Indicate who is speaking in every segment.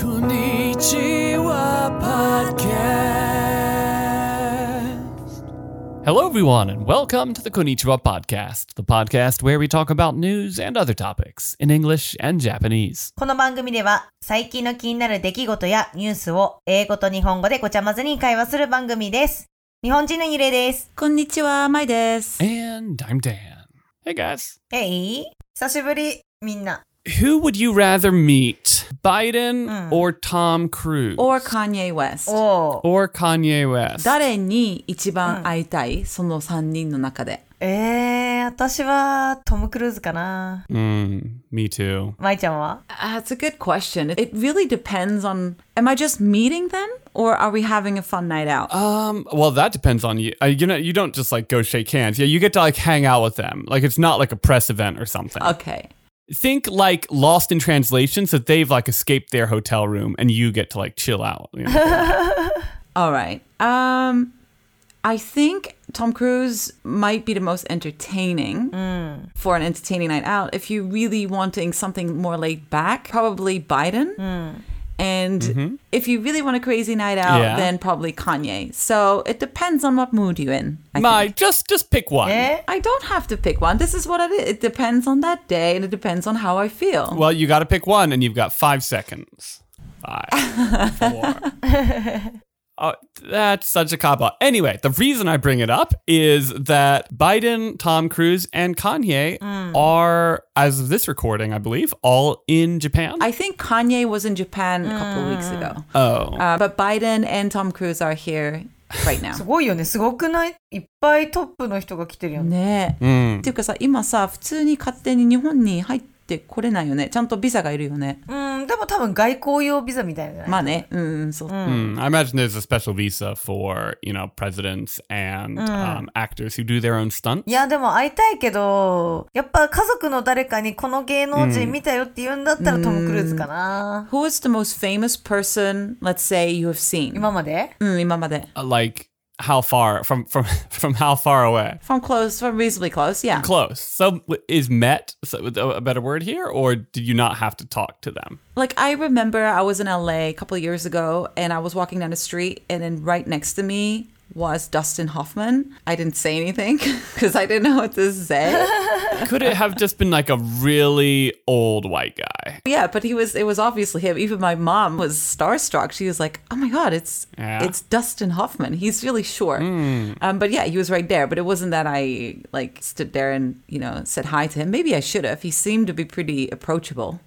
Speaker 1: こんにちは podcast. Hello, everyone, and welcome to the Konnichiwa podcast, the podcast where we talk about news and other topics in English and Japanese.
Speaker 2: この番組では最近の気になる出来事やニュースを英語と日本語でごちゃまぜに会話する番組です。日本人のゆれです。
Speaker 3: こんにちは、まいです。
Speaker 1: And I'm Dan. Hey, guys.
Speaker 2: えい久しぶり、みんな。
Speaker 1: Who would you rather meet, Biden
Speaker 2: Mm.
Speaker 1: or Tom Cruise?
Speaker 3: Hmm. or Kanye West。
Speaker 2: おお。
Speaker 1: Or Kanye West?
Speaker 3: 誰に一番会いたい、その3人の中で。
Speaker 2: えー、私はトム・クルーズかな。
Speaker 1: Mm, me too.
Speaker 2: まいちゃんは
Speaker 3: That's a good question. It really depends on am I just meeting them or are we having a fun night out?
Speaker 1: Um, well, that depends on you. Uh, you know, you don't just like go shake hands. Yeah, you get to like hang out with them. Like it's not like a press event or something.
Speaker 3: Okay.
Speaker 1: Think like Lost in Translation, so they've like escaped their hotel room and you get to like chill out. you know?
Speaker 3: All right. Um I think Tom Cruise might be the most entertaining for an entertaining night out. If you're really wanting something more laid back, probably Biden. And if you really want a crazy night out,
Speaker 1: Mm-hmm. Yeah.
Speaker 3: then probably Kanye. So it depends on what mood you're in. I,
Speaker 1: My,
Speaker 3: think.
Speaker 1: just just pick one.
Speaker 2: え
Speaker 3: I don't have to pick one. This is what it is. It depends on that day and it depends on how I feel.
Speaker 1: Well, you got to pick one, and you've got five seconds. Five, four. Uh, that's such a cop out. Anyway, the reason I bring it up is that Biden, Tom Cruise, and Kanye are, as of this recording, I believe, all in Japan.
Speaker 3: I think Kanye was in Japan a couple of weeks ago.
Speaker 1: oh,
Speaker 3: Uh, but Biden and Tom Cruise are here right
Speaker 2: ー、す
Speaker 3: now.
Speaker 2: ごいよね。すごくないいっぱいトップの人が来てるよね。
Speaker 3: ね
Speaker 1: Hmm.
Speaker 3: え。っていうかさ、今さ、普通に勝手に日本に入ってこれないよね。ちゃんとビザがいるよね。
Speaker 2: うん、でも多分外交用ビザみたいなのじゃない
Speaker 3: まあね、うんうん、そう。
Speaker 1: Hmm, I imagine there's a special visa for you know presidents and um, actors who do their own stunts.
Speaker 2: いや、でも会いたいけど、やっぱ家族の誰かにこの芸能人見たよって言うんだったらトム・クルーズかな。
Speaker 3: Who is the most famous person, let's say, you have seen?
Speaker 2: 今まで
Speaker 3: うん、今まで。
Speaker 1: Uh, Like how far from from from how far away?
Speaker 3: From close, from reasonably close, yeah.
Speaker 1: close. So w- is met so, a a better word here, or did you not have to talk to them?
Speaker 3: Like I remember I was in LA a couple of years ago and I was walking down the street and then right next to me was Dustin Hoffman. I didn't say anything because I didn't know what to say.
Speaker 1: Could it have just been like a really old white guy?
Speaker 3: yeah, but he was it was obviously him. Even my mom was starstruck. She was like, "Oh my god, it's
Speaker 1: Yeah.
Speaker 3: it's Dustin Hoffman. He's really short." Um but yeah, he was right there, but it wasn't that I like stood there and, you know, said hi to him. Maybe I should have. He seemed to be pretty approachable.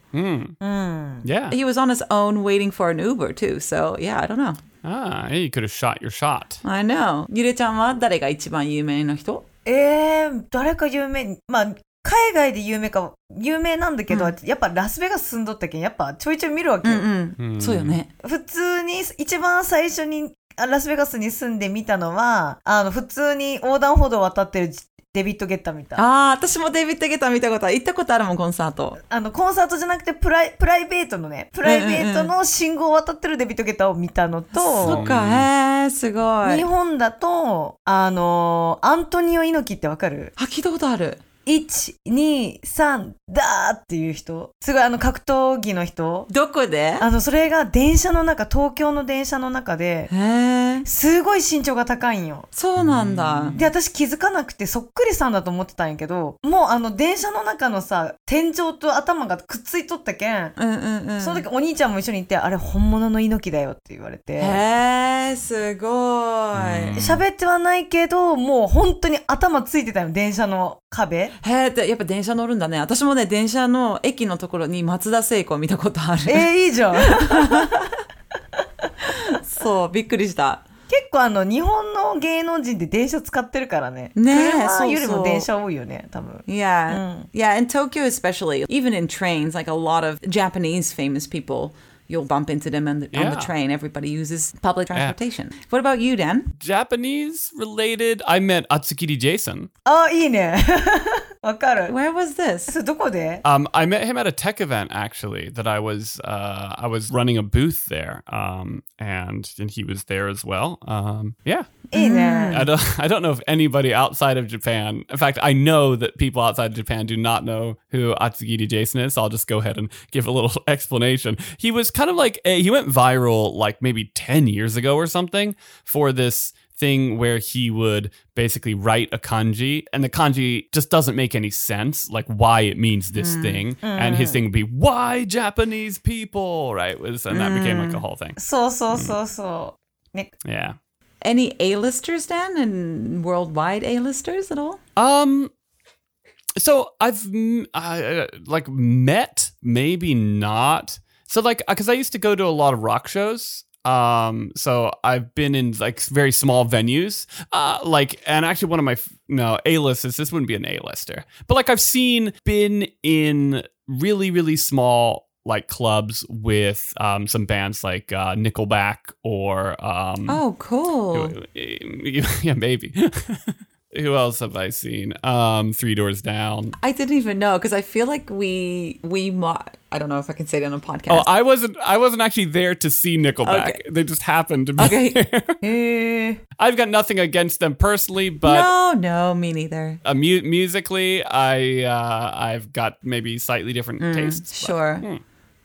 Speaker 1: Yeah.
Speaker 3: He was on his own waiting for an Uber too. So, yeah, I don't know.
Speaker 1: Ah, you could have shot your shot.
Speaker 3: I know. ゆれちゃんは誰が一番有名な人
Speaker 2: えー、誰か有名、まあ、海外で有名か、有名なんだけど、やっぱラスベガス住んどったけん、やっぱちょいちょい見るわけよ。
Speaker 1: Hmm.
Speaker 3: うん。そうよね。
Speaker 2: 普通に、一番最初にあラスベガスに住んでみたのは、あの、普通に横断歩道を渡ってるデビット・ゲッター見た。あ
Speaker 3: ああ、私もデビッド・ゲタ見たことある。行ったことあるもん、コンサート。
Speaker 2: の、コンサートじゃなくてプライ、プライベートのね、プライベートの信号を渡ってるデビット・ゲッターを見たのと、
Speaker 3: そっか、へえ、すごい。
Speaker 2: 日
Speaker 3: あ、
Speaker 2: 本だと、あのアントニオ猪木ってわかる
Speaker 3: 聞いたことある。
Speaker 2: ?123 だーっていう人。すごいあの格闘技の人。
Speaker 3: どこで
Speaker 2: あの、それが電車の中、東京の電車の中で、
Speaker 3: へえ、
Speaker 2: すごい身長が高いんよ。
Speaker 3: そうなんだ。
Speaker 2: で、私気づかなくてそっくりさんだと思ってたんやけど、もうあの電車の中のさ、天井と頭がくっついとったけん、
Speaker 3: うんうんうん。
Speaker 2: その時お兄ちゃんも一緒にいて、あれ本物の猪木だよって言われて。
Speaker 3: へえ、すごい。
Speaker 2: 喋ってはないけど、もう本当に頭ついてたよ、電車の壁。
Speaker 3: へえって、やっぱ電車乗るんだね。私もね、電車の駅のところに松田聖子見たことあ
Speaker 2: え
Speaker 3: る。
Speaker 2: ー、いいじゃん。
Speaker 3: そう、びっくりした。
Speaker 2: 結構あの、日本の芸能人って電車使ってるからね。
Speaker 3: ねえ
Speaker 2: 車
Speaker 3: そうそう
Speaker 2: よりも電車多いよね、多分。
Speaker 3: Yeah. Yeah. In Tokyo, especially, even in trains, like a lot of Japanese famous people, you'll bump into them on the, on
Speaker 1: Yeah.
Speaker 3: the train. Everybody uses public transportation. What about you, Dan?
Speaker 1: Japanese related. I met Atsukiri Jason.
Speaker 2: あ、いいね。 わかる。
Speaker 3: Where was this?
Speaker 2: それどこで
Speaker 1: Um, I met him at a tech event actually that I was uh, I was running a booth there. Um, and and he was there as well. Um, yeah.
Speaker 2: いいね。
Speaker 1: I don't, I don't know if anybody outside of Japan, in fact, I know that people outside of Japan do not know who Atsugiri Jason is. So I'll just go ahead and give a little explanation. He was kind of like, a, he went viral like maybe 10 years ago or something for this thing where he would basically write a kanji and the kanji just doesn't make any sense like why it means this thing and his thing would be why japanese people right was and that became like a whole thing
Speaker 2: そうそうそうそう。ね。
Speaker 1: yeah
Speaker 3: Any A-listers, Dan, and worldwide A-listers at all?
Speaker 1: Um, so I've mm, I, uh, like met, maybe not. So like, because I used to go to a lot of rock shows. Um, so I've been in like very small venues. Uh, like, and actually one of my f- no A listers. This wouldn't be an A lister, but like I've seen been in really really small like clubs with um some bands like uh, Nickelback or um
Speaker 3: Oh, cool.
Speaker 1: who- eh, yeah, maybe. Who else have I seen? Um, Three Doors Down.
Speaker 3: I didn't even know because I feel like we we mo- I don't know if I can say it on a
Speaker 1: Oh,
Speaker 3: podcast.
Speaker 1: I wasn't. I wasn't actually there to see Nickelback.
Speaker 3: Okay.
Speaker 1: They just happened to be
Speaker 3: Okay.
Speaker 1: there.
Speaker 2: へえ。
Speaker 1: I've got nothing against them personally, but
Speaker 3: no, no, me neither.
Speaker 1: uh, mu- musically, I uh, I've got maybe slightly different
Speaker 3: Hmm.
Speaker 1: tastes. but-
Speaker 3: Sure.
Speaker 2: Hmm.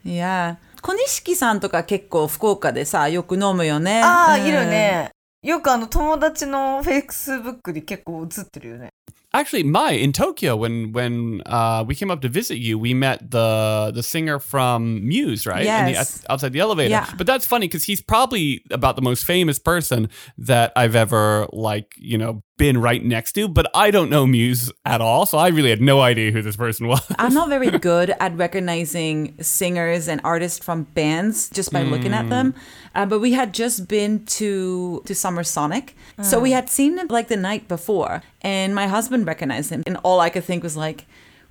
Speaker 3: Yeah. 小錦さんとか結構福岡でさよく飲むよね。
Speaker 2: ああ、
Speaker 3: うん
Speaker 2: いる。ね。よくあの友達のフェイスブックで結構映ってるよね。
Speaker 1: Actually, my in Tokyo when when uh, we came up to visit you, we met the the singer from Muse, right? In the-
Speaker 3: Yes.
Speaker 1: outside the elevator.
Speaker 3: Yeah.
Speaker 1: But that's funny because he's probably about the most famous person that I've ever like you know been right next to. But I don't know Muse at all, so I really had no idea who this person was.
Speaker 3: I'm not very good at recognizing singers and artists from bands just by looking at them. Uh, but we had just been to to Summer Sonic, so we had seen him like the night before, and my husband recognized him, and all I could think was like,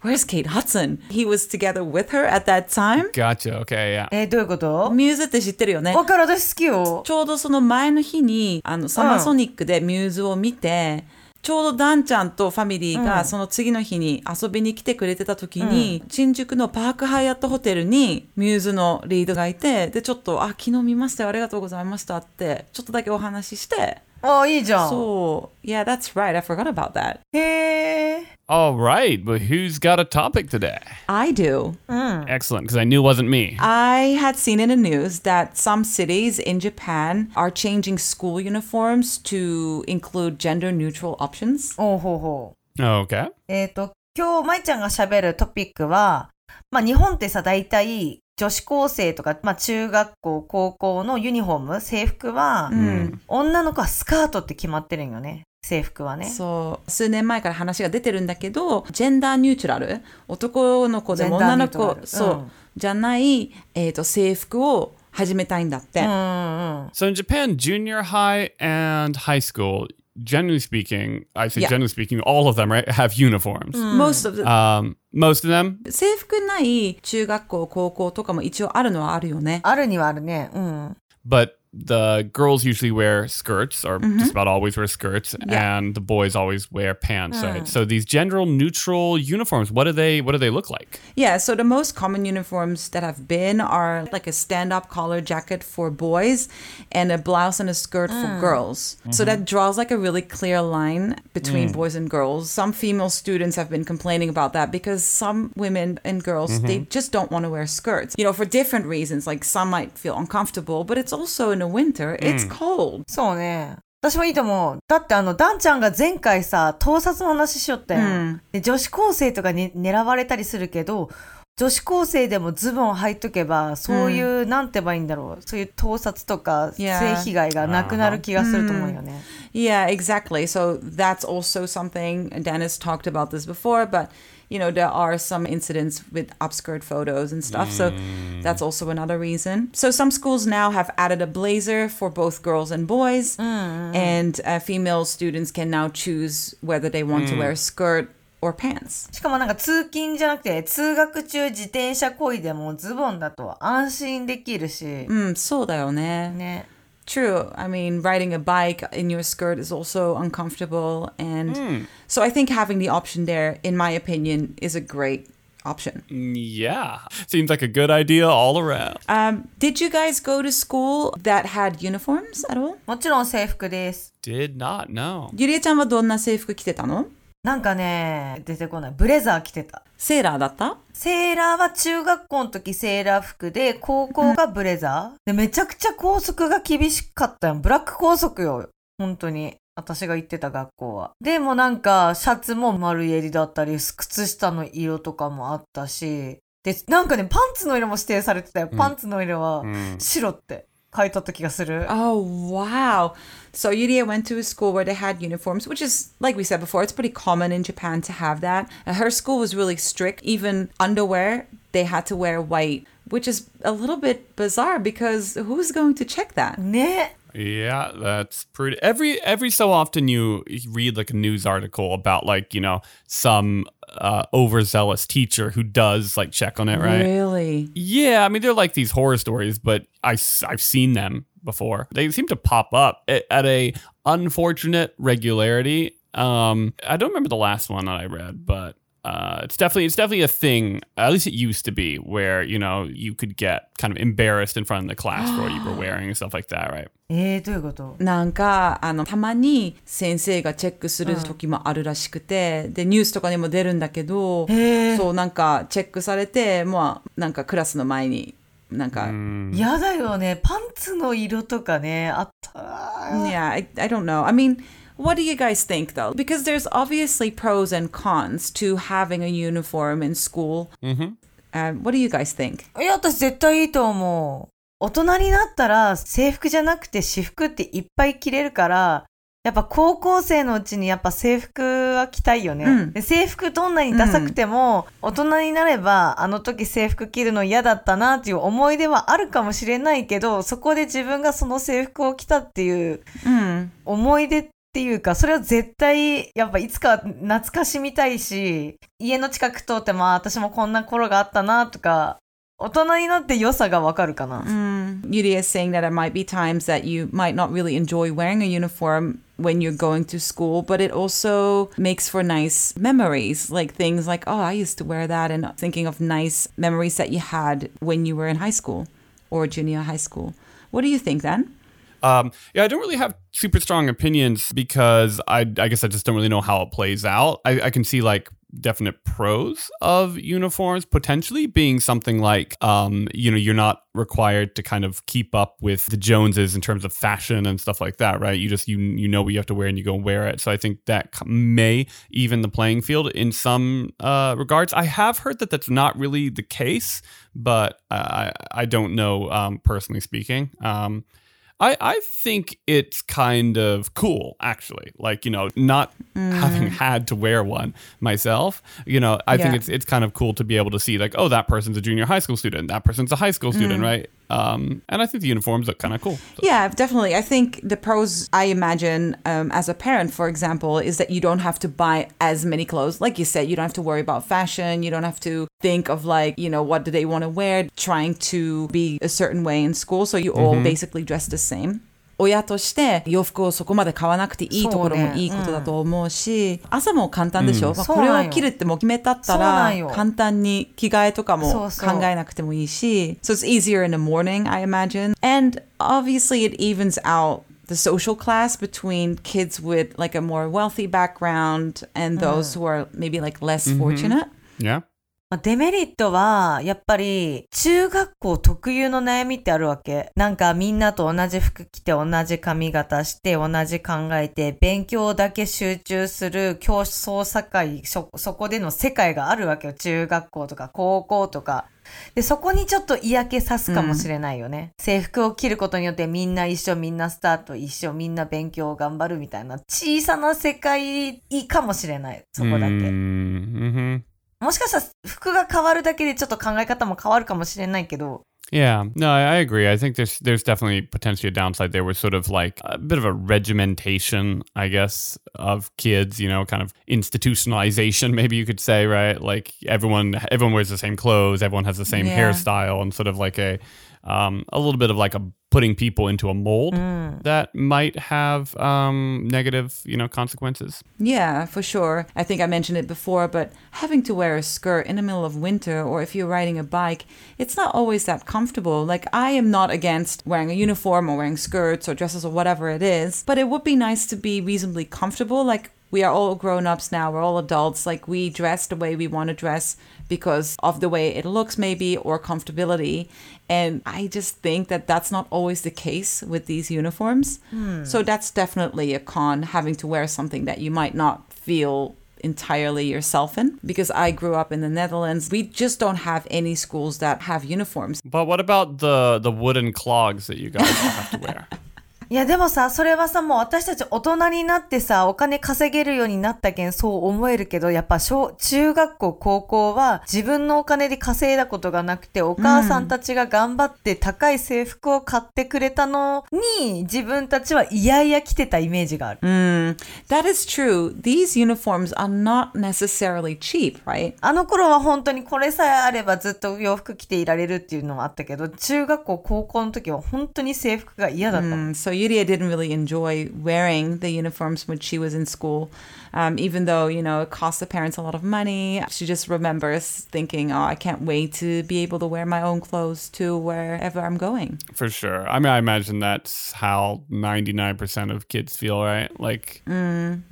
Speaker 3: "Where's Kate Hudson?" He was together with her at that time.
Speaker 1: gotcha. Okay. Yeah.
Speaker 2: えー、どういうこと
Speaker 3: ミューズって知ってるよね。
Speaker 2: わかる、私好きよ。
Speaker 3: ちょうどその前の日にあのサマーソニックでミューズを見て、ちょうどダンちゃんとファミリーがその次の日に遊びに来てくれてた時に、新宿のパークハイアットホテルにミューズのリードがいてでちょっと「あ昨日見ましたよありがとうございました」ってちょっとだけお話しして
Speaker 2: ああ、いいじゃん。
Speaker 3: そう「Yeah that's right I forgot about that
Speaker 2: へえ。
Speaker 1: All right. But who's got a topic today?
Speaker 3: I do」
Speaker 1: Excellent, because I knew it wasn't me.
Speaker 3: I had seen in the news that some cities in Japan are changing school uniforms to include gender neutral options.
Speaker 2: おうほうほう。
Speaker 3: Uh,
Speaker 1: Okay.
Speaker 2: えっ、と、今日、まいちゃんが喋るトピックは、まあ、日本ってさ、大体、女子高生とか、まあ、中学校、高校のユニフォーム、制服は、
Speaker 3: うん
Speaker 2: 女の子はスカートって決まってるんよね。制服はね。
Speaker 3: そう数年前から話が出てるんだけどジェンダーニュートラル男の子でも
Speaker 2: ジェンダー
Speaker 3: 女
Speaker 2: ニュ
Speaker 3: の
Speaker 2: ートラル
Speaker 3: 子そう、
Speaker 2: うん
Speaker 3: じゃない、えー、と制服を始めたいんだって、
Speaker 2: うんうんうん。
Speaker 1: So in Japan, junior high and high school, generally speaking, I say
Speaker 3: Yeah. Mm.
Speaker 1: generally speaking, all of them right have uniforms.
Speaker 3: Most of the-
Speaker 1: Um, most of them.
Speaker 3: 制服ない中学校高校とかも一応あるのはあるよね
Speaker 2: あるにはあるね。うん。
Speaker 1: But the girls usually wear skirts, or just about always wear skirts,
Speaker 3: Mm-hmm. Yeah. Mm.
Speaker 1: and the boys always wear pants. Right. So these gender neutral uniforms, what do they? What do they look like?
Speaker 3: Yeah, so the most common uniforms that have been are like a stand up collar jacket for boys and a blouse and a skirt for girls. So that draws like a really clear line between boys and girls. Some female students have been complaining about that because some women and girls, they just don't want to wear skirts, you know, for different reasons. Like some might feel uncomfortable, but it's also in the winter, it's cold.
Speaker 2: そうね。私もいいと思う。だってあの、ダンちゃんが前回さ、盗撮の話しよったよ、
Speaker 3: うん
Speaker 2: で、女子高生とかに狙われたりするけど、女子高生でもズボンを履いとけば、そういう、なんて言えばいいんだろう。そういう盗撮とか、
Speaker 3: いや
Speaker 2: 性被害がなくなる気がすると思うよね。
Speaker 3: Yeah, exactly. So that's also something Dennis talked about this before, but you know, there are some incidents with upskirt photos and stuff. So that's also another reason. So some schools now have added a blazer for both girls and boys, and uh, female students can now choose whether they want to wear a skirt or pants.
Speaker 2: しかもなんか通勤じゃなくて、通学中自転車こいでもズボンだと安心できるし、
Speaker 3: Mm, そうだよね。
Speaker 2: ね。
Speaker 3: True. I mean, riding a bike in your skirt is also uncomfortable. And so I think having the option there, in my opinion, is a great option.
Speaker 1: Yeah. Seems like a good idea all around.
Speaker 3: Um, did you guys go to school that had uniforms at all?
Speaker 2: もちろん制服です。
Speaker 1: Did not know.
Speaker 3: ゆりえちゃんはどんな制服着てたの
Speaker 2: なんかね、出てこない。ブレザー着てた。
Speaker 3: セーラーだった
Speaker 2: セーラーは中学校の時セーラー服で、高校がブレザー、で、めちゃくちゃ校則が厳しかったよ。ブラック校則よ。本当に。私が行ってた学校は。でもなんか、シャツも丸襟だったり、靴下の色とかもあったし、で、なんかね、パンツの色も指定されてたよ。パンツの色は
Speaker 1: Hmm.
Speaker 2: 白って書いてあった気がする。
Speaker 3: Oh, wow. So Yurie went to a school where they had uniforms, which is, like we said before, it's pretty common in Japan to have that. Uh, Her school was really strict. Even underwear, they had to wear white, which is a little bit bizarre because who's going to check that?
Speaker 2: ね。
Speaker 1: Yeah, that's pretty. Every every so often you read like a news article about like, you know, some uh, overzealous teacher who does like check on it, right?
Speaker 3: Really?
Speaker 1: Yeah, I mean they're like these horror stories, but I have seen them before. They seem to pop up at, at a unfortunate regularity. Um, I don't remember the last one that I read, but uh, it's definitely it's definitely a thing. At least it used to be where you know you could get kind of embarrassed in front of the class for what you were wearing and stuff like that, right?
Speaker 2: えー、どういうこと
Speaker 3: なんかあのたまに先生がチェックする時もあるらしくて、でニュースとかにも出るんだけどそうなんかチェックされてまあなんかクラスの前になんか、
Speaker 2: 嫌だよね。パンツの色とかね、あった。
Speaker 3: Yeah, I, I don't know. I mean, what do you guys think though? Because there's obviously pros and cons to having a uniform in school.
Speaker 1: Mhm.
Speaker 3: Um, what do you guys think?
Speaker 2: いや、私絶対いいと思う。大人になったら制服じゃなくて私服っていっぱい着れるから、やっぱ高校生のうちにやっぱ制服は着たいよね。
Speaker 3: うん
Speaker 2: で制服どんなにダサくても、大人になればあの時制服着るの嫌だったなっていう思い出はあるかもしれないけど、そこで自分がその制服を着たっていう思い出っていうか、それは絶対、やっぱいつか懐かしみたいし、家の近く通っても、あ私もこんな頃があったなとか、大人になって良さがわかるかな。
Speaker 3: Yuri is saying that there might be times that you might not really enjoy wearing a uniform when you're going to school, but it also makes for nice memories, like things like, oh, I used to wear that, and thinking of nice memories that you had when you were in high school or junior high school. What do you think then?
Speaker 1: Um, yeah, I don't really have super strong opinions because I, I guess I just don't really know how it plays out. I, I can see like definite pros of uniforms potentially being something like, um, you know, you're not required to kind of keep up with the Joneses in terms of fashion and stuff like that, right? You just you you know what you have to wear and you go and wear it. So I think that c- may even the playing field in some uh, regards. I have heard that that's not really the case, but I I I don't know um, personally speaking. Um, I, I think it's kind of cool, actually. Like, you know, not having had to wear one myself, you know, I think
Speaker 3: Yeah.
Speaker 1: it's it's kind of cool to be able to see like, oh, that person's a junior high school student, that person's a high school student, right? Um, and I think the uniforms look kind of cool. So-
Speaker 3: Yeah, definitely. I think the pros I imagine um, as a parent, for example, is that you don't have to buy as many clothes. Like you said, you don't have to worry about fashion. You don't have to think of like, you know, what do they want to wear, trying to be a certain way in school. So you
Speaker 2: Mm-hmm.
Speaker 3: all basically dress the same. 親として洋服をそこまで買わなくていいところもいいことだと思うし、朝も簡単でしょ、まあ、
Speaker 2: そう
Speaker 3: こ
Speaker 2: なん
Speaker 3: れ
Speaker 2: よ
Speaker 3: を着るってもう決めたった
Speaker 2: そうなん
Speaker 3: ら
Speaker 2: よ
Speaker 3: 簡単に着替えとかも
Speaker 2: そうそう
Speaker 3: 考えなくてもいいし So it's easier in the morning, I imagine. And obviously it evens out the social class between kids with like a more wealthy background
Speaker 2: Mm.
Speaker 3: and those who are maybe like less fortunate.
Speaker 1: Yeah.
Speaker 2: まあデメリットは、やっぱり、中学校特有の悩みってあるわけ。なんかみんなと同じ服着て、同じ髪型して、同じ考えて、勉強だけ集中する競争社会、そそこでの世界があるわけよ。中学校とか高校とか。で、そこにちょっと嫌気さすかもしれないよね。制服を着ることによってみんな一緒、みんなスタート一緒、みんな勉強を頑張るみたいな小さな世界かもしれない。そこだけ。
Speaker 1: Mm-hmm.
Speaker 2: もしかしたら服が変わるだけでちょっと考え方も変わるかもしれないけど、
Speaker 1: Yeah, no, I, I agree. I think there's there's definitely potentially a downside there with sort of like a bit of a regimentation, I guess, of kids. You know, kind of institutionalization, maybe you could say, right? Like everyone everyone wears the same clothes, everyone has the same
Speaker 3: Yeah.
Speaker 1: hairstyle, and sort of like a um, a little bit of like a putting people into a mold that might have um, negative, you know, consequences.
Speaker 3: Yeah, for sure. I think I mentioned it before, but having to wear a skirt in the middle of winter or if you're riding a bike, it's not always that comfortable. Like, I am not against wearing a uniform or wearing skirts or dresses or whatever it is, but it would be nice to be reasonably comfortable. Like, we are all grown ups now, we're all adults. Like, we dress the way we want to dress because of the way it looks, maybe, or comfortability. And I just think that that's not always the case with these uniforms. So, that's definitely a con having to wear something that you might not feel entirely yourself in because I grew up in the Netherlands. We just don't have any schools that have uniforms.
Speaker 1: But what about the the wooden clogs that you guys all have to wear?
Speaker 2: いやでもさ、それはさ、もう私たち大人になってさ、お金稼げるようになったけん、そう思えるけど、やっぱ小、中学校、高校は自分のお金で稼いだことがなくて、お母さんたちが頑張って高い制服を買ってくれたのに、自分たちはいやいや着てたイメージがある。
Speaker 3: That is true. These uniforms are not necessarily cheap, right?
Speaker 2: あの頃は本当にこれさえあればずっと洋服着ていられるっていうのはあったけど、中学校、高校の時は本当に制服が嫌だったもん。
Speaker 3: Mm, So Yuria didn't really enjoy wearing the uniforms when she was in school, um, even though you know it cost the parents a lot of money. She just remembers thinking, "Oh, I can't wait to be able to wear my own clothes to wherever I'm going."
Speaker 1: For sure. I mean, I imagine that's how 99% of kids feel, right? Like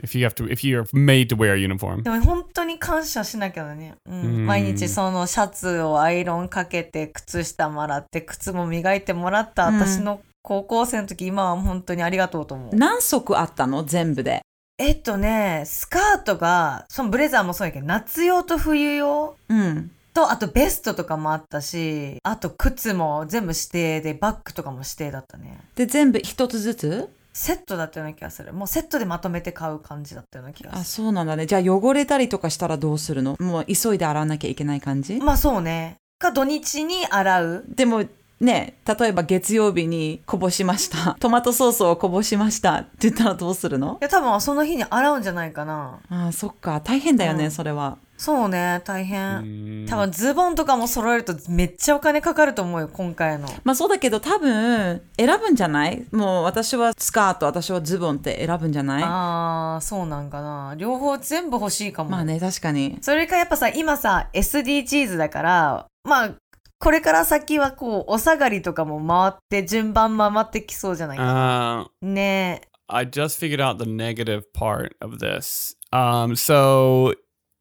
Speaker 1: if you have to if you're made to wear a uniform.
Speaker 2: でも本当に感謝しなきゃだね。うん。毎日そのシャツをアイロンかけて、靴下もらって、靴も磨いてもらった私の高校生の時、今は本当にありがとうと思う。
Speaker 3: 何足あったの全部で
Speaker 2: えっとね、スカートが、そのブレザーもそうやけど、夏用と冬用
Speaker 3: Mm.
Speaker 2: と、あとベストとかもあったし、あと靴も全部指定で、バッグとかも指定だったね。セットだったような気がする。もうセットでまとめて買う感じだったような気がする。
Speaker 3: で、全部一つずつあ、そうなんだね。じゃあ汚れたりとかしたらどうするのもう急いで洗わなきゃいけない感じ
Speaker 2: まあそうね。か土日に洗う。
Speaker 3: でもね、例えば月曜日にこぼしました。トマトソースをこぼしましたって言ったらどうするの
Speaker 2: いや、多分その日に洗うんじゃないかな。
Speaker 3: ああ、そっか。大変だよね、それは。
Speaker 2: そうね、大変。多分ズボンとかも揃えるとめっちゃお金かかると思うよ、今回の。
Speaker 3: まあそうだけど多分選ぶんじゃないもう私はスカート、私はズボンって選ぶんじゃない
Speaker 2: あー、そうなんかな。両方全部欲しいかも。
Speaker 3: まあね、確かに。
Speaker 2: それかやっぱさ、今さ、SDGs だから、まあ、これから先はこう、お下がりとかも回って、順番回ってきそうじゃないか。
Speaker 1: Uh,
Speaker 2: ねえ。
Speaker 1: I just figured out the negative part of this. Um, so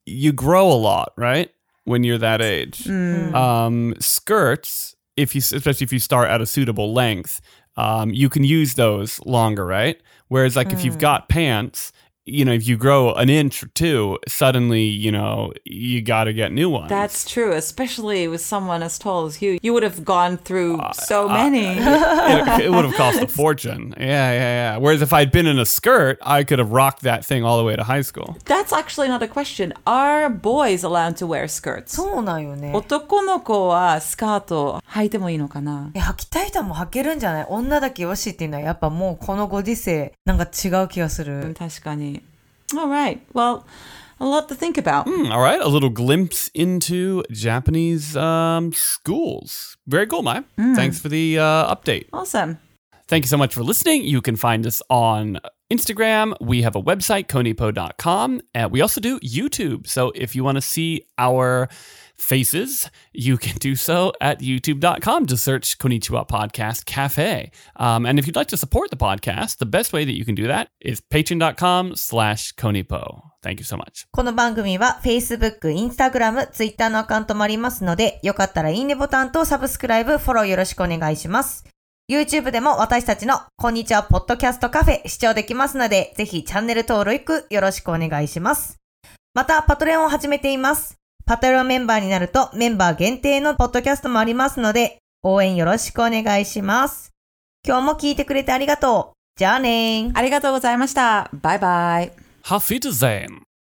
Speaker 1: you grow a lot, right? When you're that age.
Speaker 3: うん。
Speaker 1: Um, skirts, if you especially if you start at a suitable length, um, you can use those longer, right? Whereas like if you've got pants, you know, if you grow an inch or two, suddenly, you know, you got to get new ones.
Speaker 3: That's true, especially with someone as tall as you. You would have gone through so many.
Speaker 1: it, it would have cost a fortune. Yeah, yeah, yeah. Whereas if I'd been in a skirt, I could have rocked that thing all the way to high school.
Speaker 3: That's actually not a question. Are boys allowed to wear skirts?
Speaker 2: そうなんよね。
Speaker 3: 男の子はスカート履いてもいいのかな
Speaker 2: え、履きたい人はもう履けるんじゃない女だけよしっていうのはやっぱもうこのご時世、なんか違う気がする。
Speaker 3: 確かに。All right. Well, a lot to think about.
Speaker 1: Hmm, all right, a little glimpse into Japanese um, schools. Very cool, Mai. Thanks for the uh, update.
Speaker 3: Awesome.
Speaker 1: Thank you so much for listening. You can find us on Instagram. We have a website, konipo.com. And we also do YouTube. So if you want to see our faces, you can do so at youtube.com. Just search Konichiwa Podcast Cafe. Um, and if you'd like to support the podcast, the best way that you can do that is patreon.com slash konipo. Thank you so much.
Speaker 2: この番組は Facebook、Instagram、Twitter のアカウントもありますので、よかったらいいねボタンとサブスクライブ、フォローよろしくお願いします。YouTube でも私たちのこんにちはポッドキャストカフェ視聴できますので、ぜひチャンネル登録よろしくお願いします。また、パトレオンを始めています。パトレオンメンバーになるとメンバー限定のポッドキャストもありますので、応援よろしくお願いします。今日も聞いてくれてありがとう。じゃあねー。
Speaker 3: ありがとうございました。バイバイ。
Speaker 1: Hafiz